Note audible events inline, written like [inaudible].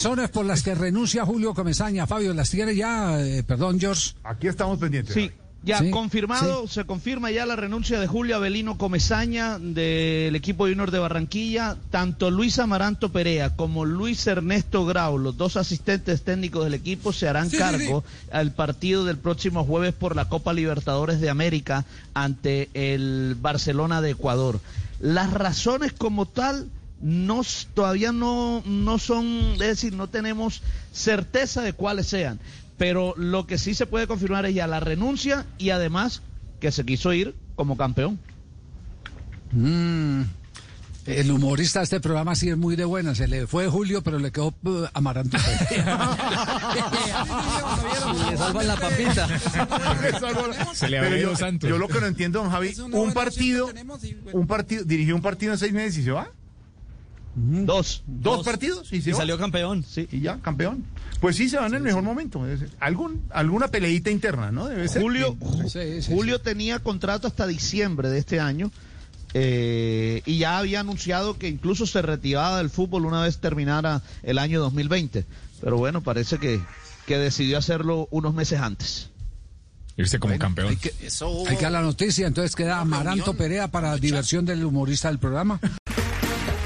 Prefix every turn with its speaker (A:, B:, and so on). A: Zonas por las que renuncia Julio Comesaña. Fabio, ¿las tiene ya? Eh, perdón, George.
B: Aquí estamos pendientes.
C: Sí. Ya
A: Sí,
C: confirmado, se confirma ya la renuncia de Julio Avelino Comesaña del equipo Junior de Barranquilla. Tanto Luis Amaranto Perea como Luis Ernesto Grau, los dos asistentes técnicos del equipo, se harán
A: Sí, sí,
C: cargo al partido del próximo jueves por la Copa Libertadores de América ante el Barcelona de Ecuador. Las razones como tal no s- todavía no, no son, es decir, no tenemos certeza de cuáles sean. Pero lo que sí se puede confirmar es ya la renuncia y además que se quiso ir como campeón.
A: El humorista de este programa sí es muy de buena. Se le fue Julio, pero le quedó eh, Amaranto. [laughs]
D: Le salvan la papita.
B: [laughs] Se
E: le abrió
B: yo,
E: los santos.
B: yo lo que no entiendo, don Javi, un partido, un partido, dirigió un partido en seis meses y se va.
A: Mm.
C: Dos.
B: ¿Dos,
D: Dos.
B: partidos? Y, se
D: Y
B: va.
D: salió campeón.
B: Sí, y ya, campeón. Pues sí, se va en el mejor momento. Es decir, Algún, alguna peleita interna, ¿no? Debe ser.
C: Julio, Ju-
A: Sí, sí,
C: Julio tenía contrato hasta diciembre de este año eh, y ya había anunciado que incluso se retiraba del fútbol una vez terminara el año 2020. Pero bueno, parece que, que decidió hacerlo unos meses antes.
E: Irse como
A: Hay
E: campeón.
A: que, hay que dar la noticia. Entonces queda Amaranto Perea para diversión del humorista del programa.